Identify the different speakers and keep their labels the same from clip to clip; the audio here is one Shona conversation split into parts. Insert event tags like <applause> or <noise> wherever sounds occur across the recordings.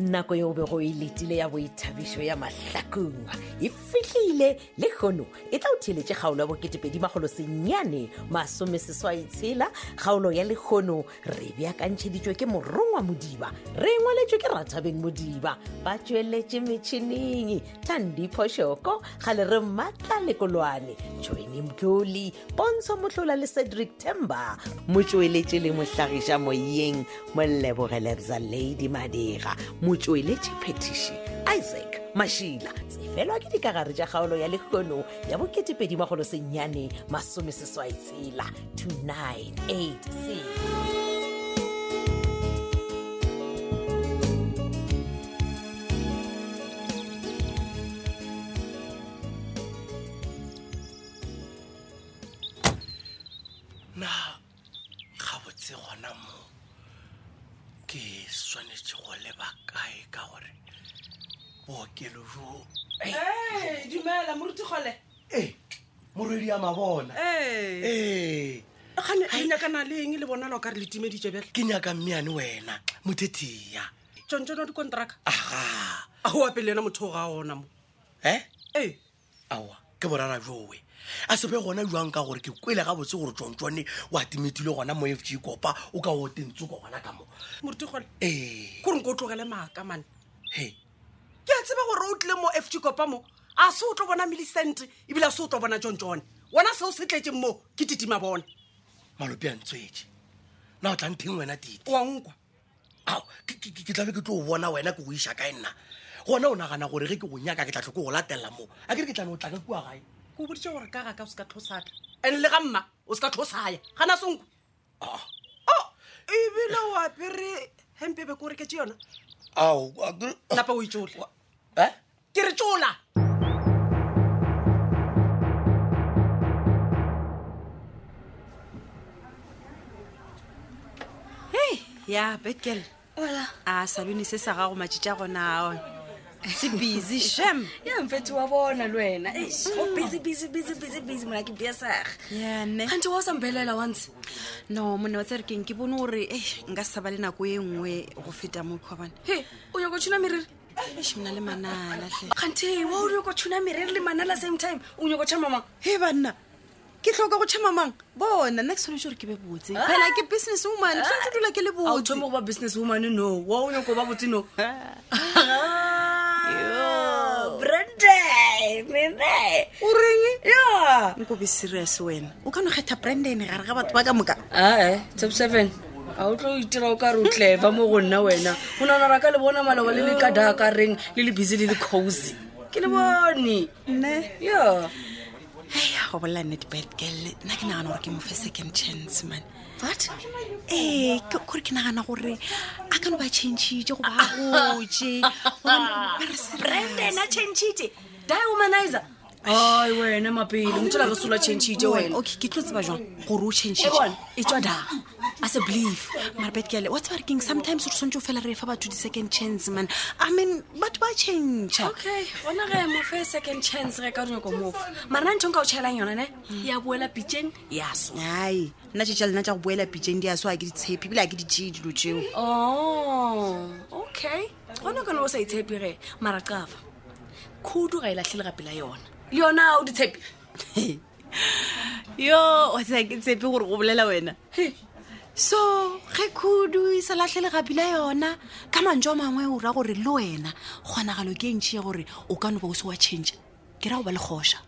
Speaker 1: nako yeo bego e letile ya boithabišo ya mahlakong e fihlile le kgono e tla o theeletše kgaolo ya bo2edimagolosenyane masomeseswai tshela kgaolo ya lekgono re beakantšheditšwe ke morongwa modiba re ngwaletšwe ke rathabeng modiba ba tšweletše metšhineng tandipho shoko kgale re mmatla lekolwane tšhweni mtlole pontsho mohlola le cedric temba motšweletše le mohlagiša moyeng mollebogelebza lady madira motšweletše phetiši isaac mašila tsefelwa ke dikagare tša kgaolo ya lekgono ya bo2edimagolosenyane masomeseswaitsela 2986
Speaker 2: na gabotse gona mo ke swanetse go leba kae ka gore bookelo jo
Speaker 3: Hey, dumela moruti kgole
Speaker 2: e morwedi ya mabona E,
Speaker 3: ee
Speaker 2: ee
Speaker 3: kgane a inyakana le eng le bonala o ka re le timeditse bjale
Speaker 2: ke nyaka mmeane wena mothetiya
Speaker 3: tsontso no dikontraka
Speaker 2: aga
Speaker 3: a o ape le ena motho o ga ona mo
Speaker 2: e
Speaker 3: ee
Speaker 2: aowa ke borara jowe a sebe gona jwang ka gore ke kwele gabotse gore tsontsone wa timetile gona mo fg kopa o ka o tentsoko gona ka mo
Speaker 3: moruti kgole
Speaker 2: ee
Speaker 3: kore nko o tlogele maaka mane
Speaker 2: he
Speaker 3: ke a tseba gore o tlile mo f g kopa mo a se o tlo bona millicent ebile a se o tlo bona tsontsone wona seo se tletseng moo ke titima bona
Speaker 2: malope a ntswetse na o tla ntheng wena tite
Speaker 3: oa nkwa
Speaker 2: ao ke- ke ke- ke tlabe ke tlo o bona wena ke go iša kae nna gona o nagana gore ge ke go nyaka ke tla tlhoko go latelela moo a kere ke tlane o tla ka kua gae
Speaker 3: ke o boditse gore ka ga ka o se ka tlhosatla and le ga mma o se ka tlhosaya gana senkwe
Speaker 2: Ah,
Speaker 3: o Oh, ebile o apere hempe be ko o reketse yona
Speaker 2: ao a ke-
Speaker 3: napa o itsole
Speaker 2: Eh?
Speaker 3: ke re tsola ya betkel a salone se sa gago matši tša gona se busy sham
Speaker 4: ya mfethu wa bona le wena Eish, o busy busy busy busy busy mona ke biasaga
Speaker 5: ya nne
Speaker 4: kganti wa o sampelela once
Speaker 5: no mone wa tsere keng ke bone gore e nka se sa ba le nako e nngwe go feta mo kgobane
Speaker 4: he o nyako tshuna meriri
Speaker 5: ese mona le manalatlhe
Speaker 4: kganti wa o nyako tshuna meriri le manala same time o nyako tshama mang
Speaker 5: he banna ke tlhoka go tšhama mang bona nna ke tshwanetse gore ke be botse
Speaker 6: Ah.
Speaker 5: phela ke business woman ke tshwanetse dula ke le
Speaker 4: a o
Speaker 5: botse
Speaker 4: thome go ba business woman no wa o nyako ba botse no Ah, brande nene
Speaker 5: o reng
Speaker 4: ya
Speaker 5: nkobe serious wena o ka no kgetha branden gare ga batho ba ka moka
Speaker 4: ae top seven a o tlo itira o ka re o tleva mo go nna wena o nanara ka le bona maloba le le ka daka reng le le busy le le cozy ke le bone
Speaker 5: nne
Speaker 4: ya
Speaker 5: ea go bolela nnete bedgale nna ke nagana gore ke mofe second chance mane
Speaker 4: what
Speaker 5: ee ke- kore ke nagana gore a ka no ba changee go bagoje
Speaker 4: branden a chanchite di womanizer ai wena mapele mothola re sola chanchite wena
Speaker 5: Oh, okay ke tlo tseba jang gore o change
Speaker 4: e bone e tswa da a se believe
Speaker 5: marbetgale wa tseba re keng sometimes re tshwanetse o fela re fa batho di-second chance man i mean batho ba changea
Speaker 4: okay bona ge mofe second chance ge ka donyako mofa marena ntho e nka o tšhelang yona ne ya boela pitšeng ya so
Speaker 5: ai nna tšetša lena tša go boela pitšeng di a so ga ke ditshepi ebile ga ke di tšee dilo tšeo
Speaker 4: oh okay gona kone o sa itshepi ge mara qafa khudu ga e latlhele gape la yona le yona ha o ditshepi
Speaker 5: yo wa tseba ke tshepe gore go bolela wena so ge kudu e sa latlhele gapi la yona ka mantso a mangwe o ra gore le wena kgonagalo ke e ntšhi ya gore o ka no ba o se wa changea ke ra go ba legoša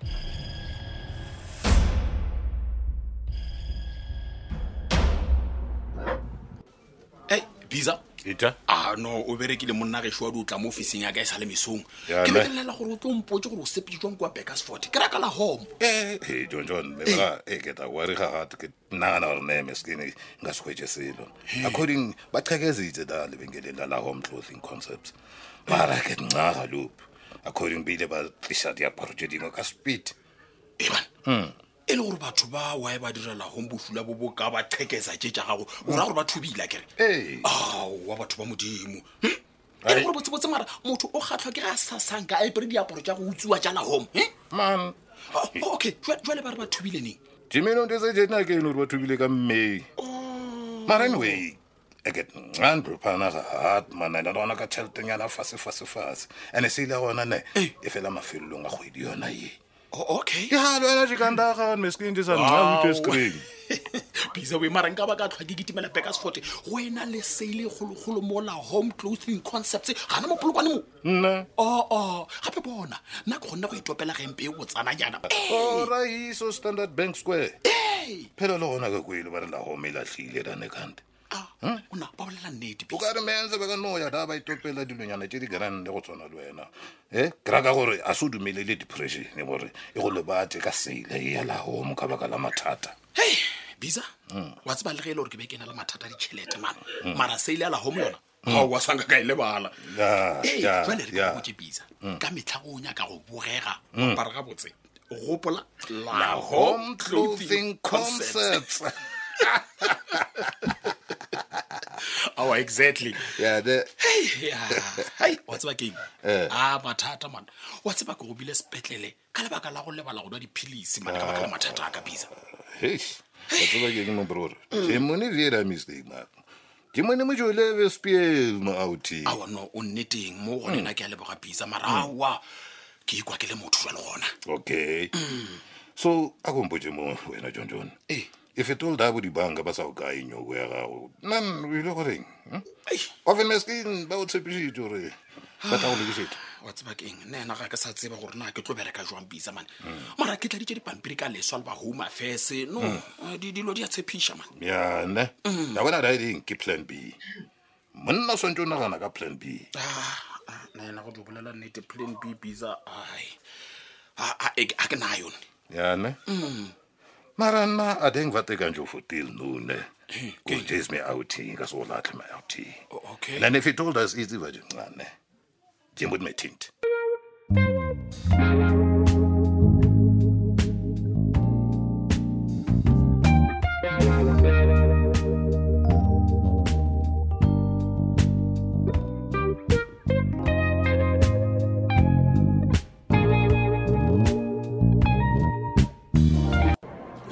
Speaker 7: ei bisa
Speaker 8: eta
Speaker 7: a no o berekile monna gešwa di o tla mo officing ya ka e sa le mesong
Speaker 8: Ya,
Speaker 7: ke
Speaker 8: ne.
Speaker 7: belelela gore o tlo mpotse gore o sepeditswang kwa bakersfort ke raka la home
Speaker 8: e jonjon lebara e ke ta wari ga gate ke nagana gore ne meskene nka se hwetse selo according ba chekezitse da lebenkeleng la la home clothing concepts mara ke ncaga loop according bile ba tlisa diaparo tse dingwe ka speed
Speaker 7: ebane e le gore batho ba wae ba direla home bofula bo bo ka ba qheketsa tse tja gago o raya gore ba thubile kere
Speaker 8: Ee.
Speaker 7: ao wa batho ba modimo hm? e le
Speaker 8: Ai.
Speaker 7: gore botsebotse mara motho o kgatlhwa ke ge a sa sanka a epere diaparo tja go utsiwa tja la home hm?
Speaker 8: man
Speaker 7: Oh, oh, okay jale ba re ba thubile neng
Speaker 8: dimeno ntse tse jena ke eno gore ba thubile ka mmei mara anyway eket ncane bruphana ga hat man ena le gona ka tšheletenyana fasefasefase ande se ile gona ne e fela mafelelong a kgwedi yona ye
Speaker 7: O- okay
Speaker 8: ke galo ena dikandagan meskin di sa nna ute screen
Speaker 7: bisa boe marang ka baka tlhwa ke kitimela bekas forte go ena le seile kgologolo mola home clothing concepts gana mo polokwane mo
Speaker 8: nna
Speaker 7: oo gape bona nna ke kgonne go itopela gempe e botsananyana
Speaker 8: ora iso standard bank square phela le gona ke kwele ba re la gome e latlhile rane kante
Speaker 7: Ee, ona ba bolela nnete
Speaker 8: o ka re mense ba ka no ya da ba itopela dilonyana tse di grand le go tshwana le wena e kraka gore a se o dumelele depression gore e go lebate ka seile e ya la gome ka baka la mathata
Speaker 7: hei bisa wa tseba le ge e le gore ke be ke na le mathata a ditšhelete mane mara seile a la home yona ga wa sanka ka e lebala
Speaker 8: Ya,
Speaker 7: Ee,
Speaker 8: ya,
Speaker 7: jwale re
Speaker 8: ya.
Speaker 7: ke bote bisa ka metlha go o nyaka go bogega apara ga botse gopola Hmm. la home clothing concept <laughs> oh exactly
Speaker 8: ya de
Speaker 7: Yeah. Hai, wa tseba keng a mathata mana wa tseba ke go bile sepetlele ka lebaka la go lebala go nwa diphilisi mane ka baka la mathata a ka bisa
Speaker 8: Eish, a tseba ke eng mobrore
Speaker 7: Mm.
Speaker 8: ke mone vera mistake mako ke mone mojo leve spiel mo outing
Speaker 7: a ono o nne teng mo gone na ke a leboga bisa mara aowa ke ikwa ke le motho jwa le gona
Speaker 8: okay <clears throat> so a kompotse mo wena john john
Speaker 7: Ee.
Speaker 8: e fetole da bo dibanka ba sa go kae nyoko ya gago nan o ile goreng hm?
Speaker 7: Ai,
Speaker 8: ofen maskin ba o tshepišitse gore
Speaker 7: Ah.
Speaker 8: ba tla go lokisetsa
Speaker 7: wa tseba keng nna ena ga ke sa tseba gore na ke tlo bereka jwang bisa mane mara ke tladitse dipampiri ka leswa le ba home affairs no eh, di- dilo di a tshepiša mane
Speaker 8: yana
Speaker 7: Mm.
Speaker 8: ya bona daedeng ke plan b monna o swantse o nagana ka plan b
Speaker 7: Ah, nna go di bolela nnete plan b bisa ai a a- e- a ke na yone
Speaker 8: yana
Speaker 7: Mm.
Speaker 8: mara nna a deng va tekantse o fotil none
Speaker 7: Eh, ke-
Speaker 8: kujase me outing ka se o latlhe my outing
Speaker 7: O- okay
Speaker 8: and if he told us itsiva nje ncane njengokuthi methinti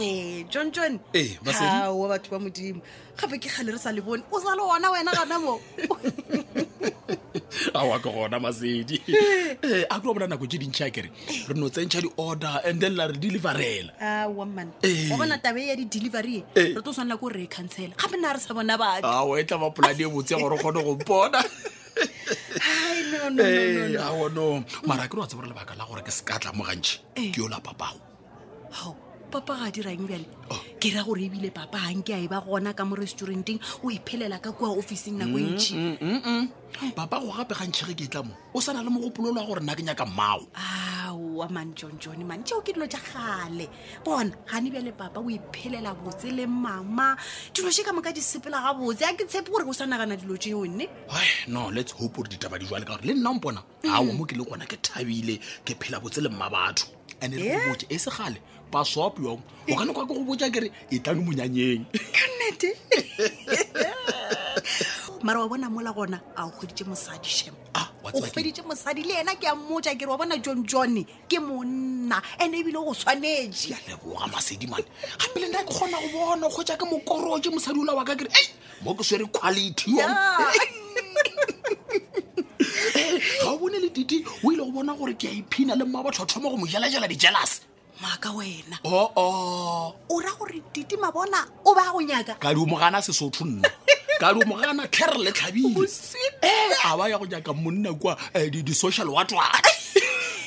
Speaker 5: ee john john
Speaker 7: Ee, Masedi.
Speaker 5: wa batho ba modimo gape ke gale re sa le bone o sa le ona wena gana mo
Speaker 7: awa ke gona masedi Eh, a klo bona nako tse dintšha kere re no tsentšha di-order and then la re deliverela
Speaker 5: awaman
Speaker 7: Ee.
Speaker 5: wa bona tabe ya di-delivery
Speaker 7: Ee.
Speaker 5: e, re tlo tshwanela ko re e cancela gape nna re sa bona batho
Speaker 7: awa e tlaba polane e botse gore o kgone go mpona
Speaker 5: Ai, no, no, no, no,
Speaker 7: Eh,
Speaker 5: no.
Speaker 7: awa no mara ke re wa tsebore lebaka la gore ke se ka tlamogantšhe
Speaker 5: Ee.
Speaker 7: ke yo la papago
Speaker 5: Hao, papa ga a dirang bjale
Speaker 7: Oh.
Speaker 5: ke ra gore ebile papa ganke a e ba gona ka mo restauranteng o iphelela ka kua officing nako e ntšhi
Speaker 7: papago gape gantšhe ge ke tlamo o sa na le mogopololo wa gore nna ke nyaka mmao
Speaker 5: aowa man john john man tšeo ke dilo tša gale bona gane bjale papa o iphelela botse le mama dilo tše ka moka di sepela gabotse a ke tshepe gore go sa nagana dilo tšeo nne
Speaker 7: ai no let's hope gore ditaba di jwale ka gore le nna mpona awa mo ke le gona ke thabile ke phela botse le mma batho ande re go botse e segale pasopiong o kane kwa ke go botsa kere e tlane monyanyeng
Speaker 5: ka nnete mara wa bona mola gona a o kgweditše mosadi shem
Speaker 7: Ah, wa
Speaker 5: o
Speaker 7: tseba ke-
Speaker 5: kgweditše mosadi le ena ke a mmotsa kere wa bona john john ke monna and ebile go tshwanetše
Speaker 7: leboga masedimane gape le nna ke kgona go bona go ja ke mokoroje mosadi ola wa ka kere ei mo ke swere quality yo
Speaker 5: Ah.
Speaker 7: ga o bone le tite o ile go bona gore ke a iphina le mma batho a thoma go mo jelajela dijelase
Speaker 5: <laughs> maaka wena
Speaker 7: oo
Speaker 5: o ra gore titima bona o ba go nyaka
Speaker 7: ka dio mogana sesotho nna ka dio mogana tlhere le tlhabile ee a ba ya go nyaka monna kua eh, di- di-social watwat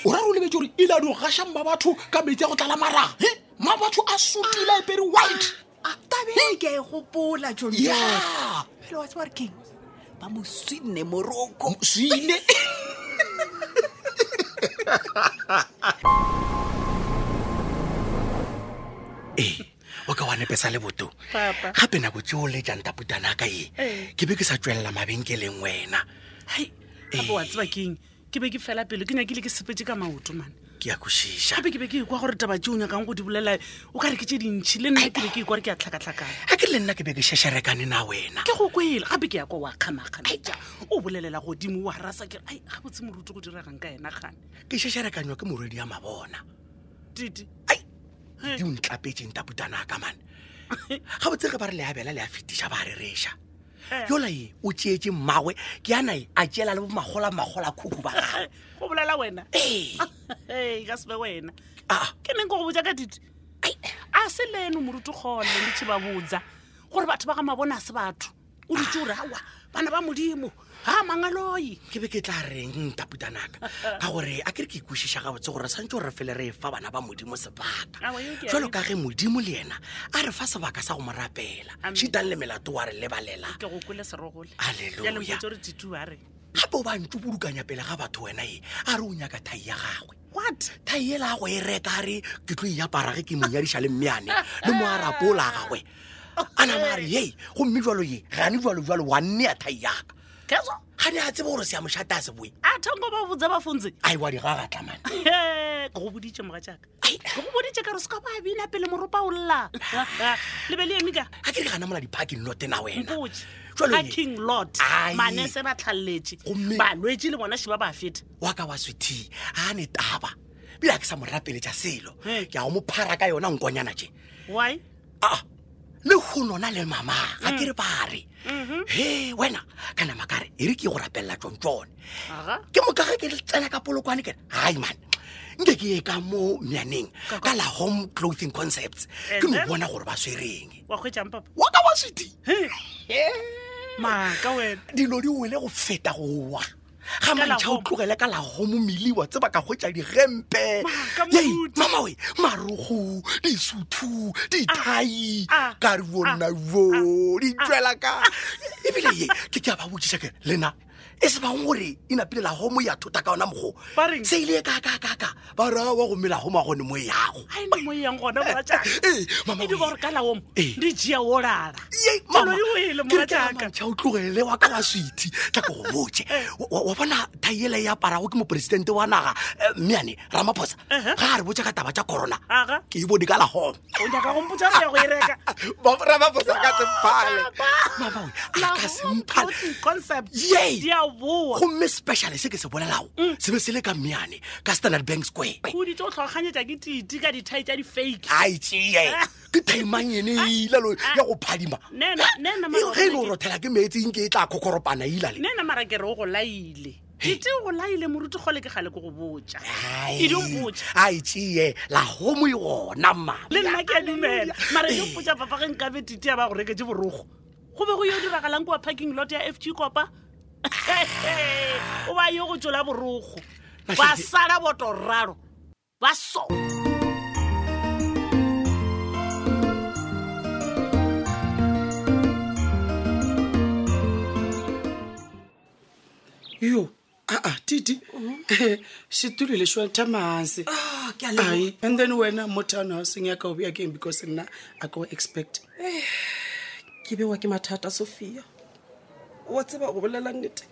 Speaker 7: o ra re o lebetse gore ile a di gašang ba batho ka metsi a go tlala maraga e ma batho a sotile a epere white
Speaker 5: Ah, tabee ke a e gopola john john
Speaker 7: ya
Speaker 5: fele wa tsebare keng ba mo swinne moroko
Speaker 7: <laughs> swine ee o ka wa nepesa le boto gape nako tse o lejang taputana ka e ke be ke sa tswelela mabenkeleng wena
Speaker 6: hai gape wa tseba keng ke be ke fela pelo ke nyakile ke sepetse ka maoto mane
Speaker 7: ke ya košiša
Speaker 6: gape ke be ke ekwa gore taba tse o nyakang go di bolela o ka re ke tse dintšhi le nna ke be ke ekwa gore ke a tlhakatlhakana
Speaker 7: a ke le nna ke be ke šešerekane na wena
Speaker 6: ke go kwele gape ke ya kwa wa kgamakgamaja o bolelela godimo wa rasa kere ai ga botse moruti go diragang ka ena gane
Speaker 7: ke šešerekanywa ke morwedi ya mabona
Speaker 6: tite
Speaker 7: di o
Speaker 6: <laughs>
Speaker 7: ntlapetseng taputana ka mane ga botse ge ba re le abela le a fetiša ba a rereša yola ye o tšeetse mmagwe ke anae a tšeela le bomagola magola khukhu ba
Speaker 6: <laughs>
Speaker 7: gagwe
Speaker 6: go bolela wena
Speaker 7: Ee.
Speaker 6: Ei, ka sebe wena
Speaker 7: Ah.
Speaker 6: ke neng ke go botsa ka dite Ai, a se leno morutu kgole ntšhe ba botsa gore batho ba ga mabone a se batho o ditse ore awa bana ba modimo ga mangaloi
Speaker 7: ke be ke tla reng taputanaka ka gore a kere ke ikwešiša gabotse gore santse gore re fele re fa bana ba modimo sebaka
Speaker 6: Awa, eo ke a
Speaker 7: jalo ka ge modimo le ena a re fa sebaka sa go mo rapela
Speaker 6: Amen.
Speaker 7: šitang le melato wa re lebalela
Speaker 6: ke go kwele serogole
Speaker 7: Hallelujah.
Speaker 6: mpotse gore titu a re
Speaker 7: gape o ba ntse bodukanya pele ga batho wena e a re o nyaka thai ya gagwe what thai ela a go e reka a re ke tlo eapara ge ke monyadiša le mmeane le mo a rapola a gagwe a nama a re ye gomme e, jalo ye gane jalojalo wa nne ya thai yaka
Speaker 6: keso
Speaker 7: ga ne a tseba gore seamošate a se boe
Speaker 6: a thanko ba botsa bafontse
Speaker 7: a e wa digagatlamane
Speaker 6: ke go boditse moga jaaka ke go boditse ka re se ka ba bina pele moropa
Speaker 7: <laughs>
Speaker 6: o lla le be le emika
Speaker 7: a ke re gana mola di-parking notena wena
Speaker 6: mpotse
Speaker 7: Jwale
Speaker 6: ka
Speaker 7: ye-
Speaker 6: king lord
Speaker 7: Ai.
Speaker 6: manese ba tlhaleletse
Speaker 7: Gomme-
Speaker 6: balwetse le bona shiba ba feta
Speaker 7: wa ka wa swethi a ne taba bile a ke sa mo rapeletša selo
Speaker 6: Hey.
Speaker 7: ke a go mo phara ka yona nkonyana je
Speaker 6: why
Speaker 7: aa le kgonona Ah, le mama ga ke re bare he wena ka nama kare e re ke ye go rapelela tsontsone
Speaker 6: aga
Speaker 7: ke moka ge ke tsena ka polokwane kere hai man nke ke ye ka mo myaneng ka la home clothing concepts ke
Speaker 6: And
Speaker 7: no
Speaker 6: then?
Speaker 7: bona gore ba swereng
Speaker 6: wa kgwetsang papa
Speaker 7: wa ka wa swethi
Speaker 6: maaka wena
Speaker 7: dilo di wele go feta go wa ga
Speaker 6: Ka la
Speaker 7: mantšha o
Speaker 6: home.
Speaker 7: tlogele ka la homo meliwa tse ba ka hwetsa digempe
Speaker 6: Maka,
Speaker 7: Yei,
Speaker 6: moruti.
Speaker 7: mamawe marogo disuthu dithai
Speaker 6: Ah, ah,
Speaker 7: ka re bonna bo di tswela ka ebile ye ke ke a ba botsiša ke lena e se bang gore e napile la homo ya thota ka ona mogo
Speaker 6: Ba reng?
Speaker 7: se ile kakakaka ba ra wa go mela homo a gone mo e yago
Speaker 6: a ene mo yang gona moratjaka
Speaker 7: Ee, mama
Speaker 6: e di gore ka laomo
Speaker 7: Ee.
Speaker 6: di jea o lala
Speaker 7: Yei,
Speaker 6: Jalo
Speaker 7: mama,
Speaker 6: di wele
Speaker 7: ke re ke
Speaker 6: moratjaka.
Speaker 7: mantšha o tlogele wa ka wa swethi tla ke go botse
Speaker 6: Eh.
Speaker 7: Wa- wa wa bona thaiele ya aparago ke moporesidente wa naga eh, mmeane ramaphosa
Speaker 6: Ehe.
Speaker 7: ga a re botse ka taba tša corona
Speaker 6: Uh-huh. Aga.
Speaker 7: ke e bone ka lahome
Speaker 6: o nyaka gompotsa go ya go e
Speaker 7: <laughs>
Speaker 6: reka
Speaker 7: ramaphosa ka sempale mamawe a ka semphale
Speaker 6: concept
Speaker 7: Yei.
Speaker 6: di a boa
Speaker 7: gomme speciale se ke se bolelago
Speaker 6: Mm.
Speaker 7: se be se le ka mmeane ka standard bank square
Speaker 6: kodi tse o tlhoganyetsa ke titi ka dithai tsa di-fake
Speaker 7: ai tee
Speaker 6: <laughs>
Speaker 7: ke timang ene ilalo ya go phadima
Speaker 6: Nena- nena, mama,
Speaker 7: ge e le
Speaker 6: ke-
Speaker 7: o rothela ke meetseng ke e tla kokoropana ilale
Speaker 6: nne ena marakere o go laile dite o go laile moruti kgole ke gale ke go botsa e di mpotsa
Speaker 7: a etee la homo yona mama
Speaker 6: le nna ke a dumela mara ke mpotsa papa ge nkabe tite ya ba go reketse borogo go be go yo diragalang kwa parking lot ya f g kopa <laughs> o ba yo go tsola borogo ba sala botorraro ba so
Speaker 5: yo aa titi xitulu lexiwa ta mahansi
Speaker 3: Ah, ke a
Speaker 5: ayi and then wena mo town houseng ya ka o beyakeng because nna a ko expect
Speaker 3: Eh, ke bewa ke mathata sophia wa tseba go bolela nnete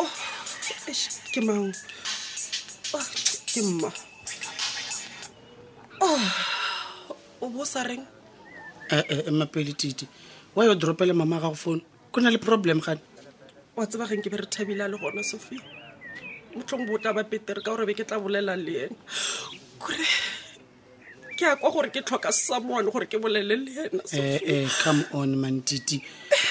Speaker 3: Oh, eish, ke mang Oh, ke mma Oh, o bo sa reng
Speaker 5: ee emapele eh, titi wa yo doropela mama gago fono go na le problem gane
Speaker 3: wa tseba geng ke be re thabile a le gona sophia motlhong bo o tla ba petere ka gore be ke tla bolelang le ena kore ke a kwa gore ke tlhoka someone gore ke bolele le ena
Speaker 5: eh,
Speaker 3: sophia
Speaker 5: eh, come on mantiti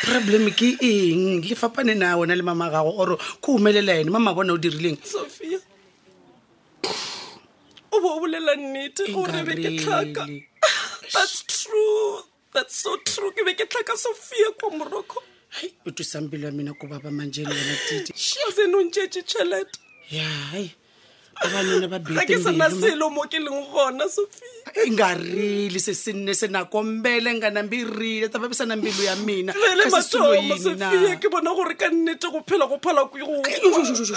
Speaker 5: problem ke eng le fapane na wena le mama gago ore ko umelela ene mama bona o dirileng
Speaker 3: sophia o bo o bolela nnete gore be ke tlhaka
Speaker 5: Nkarele.
Speaker 3: that's true that's so true ke be ke tlhaka sophia kwa morocco
Speaker 5: Hai, o tusang pelo ya mina ko baba manjele wena titi
Speaker 3: shazenongtšetse tšhelete
Speaker 5: yae abanona ba
Speaker 3: ga ke sena selo mo ke leng gona sophia
Speaker 5: ngarili se se nne se nakombele nga nambirile ta vavisa na mbilu ya mina
Speaker 3: fele
Speaker 5: Kasi silo
Speaker 3: mathomo
Speaker 5: yini na?
Speaker 3: sophia ke bona gore ka nnete go phela go phala ko
Speaker 5: Ai,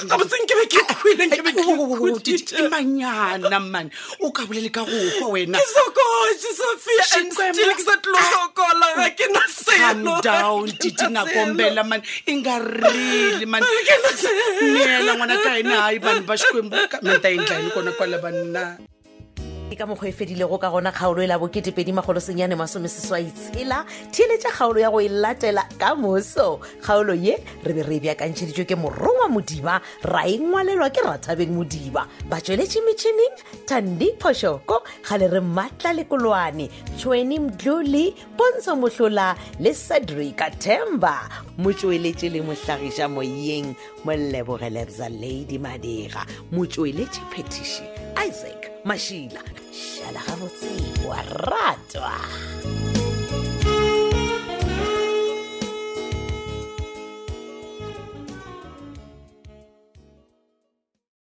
Speaker 3: gabotseng ke be ke kgwile ke be ke
Speaker 5: wo, wo, wo, wo,
Speaker 3: ikhuditše.
Speaker 5: Titi, ke manyana mane o ka bolele ka go kwa wena
Speaker 3: ke sokotse sophia and
Speaker 5: Xikwembu-
Speaker 3: still ke sa tlo sokola ga ke na
Speaker 5: calm
Speaker 3: selo
Speaker 5: down
Speaker 3: Ga ke
Speaker 5: titi
Speaker 3: na
Speaker 5: nakombela mani i nga rili mani
Speaker 3: selo. Ga ke na selo.
Speaker 5: nela n'wana ka hina hayi vanhu va xikwembu ka mi ta endla yini kona kwala vanhu na
Speaker 1: ke ka mokgwa e fedilego ka gona kgaolo e la bokeepedimagolosenyane masomeseswai tshela theeletša kgaolo ya go e latela ka moso kgaolo ye re be re bjakantšheditšwe ke morongwa modiba ra e ngwalelwa ke rathabeng modiba batšweletše metšhineng tandi phošoko ga le re maatla lekolwane tšhweni mdlole pontsho mohlola le sedrika temba motšweletše le mohlagiša moyeng mollebogelebza lady madira motšweletše phetiši isaac mašila šala gabotsebo a ratwa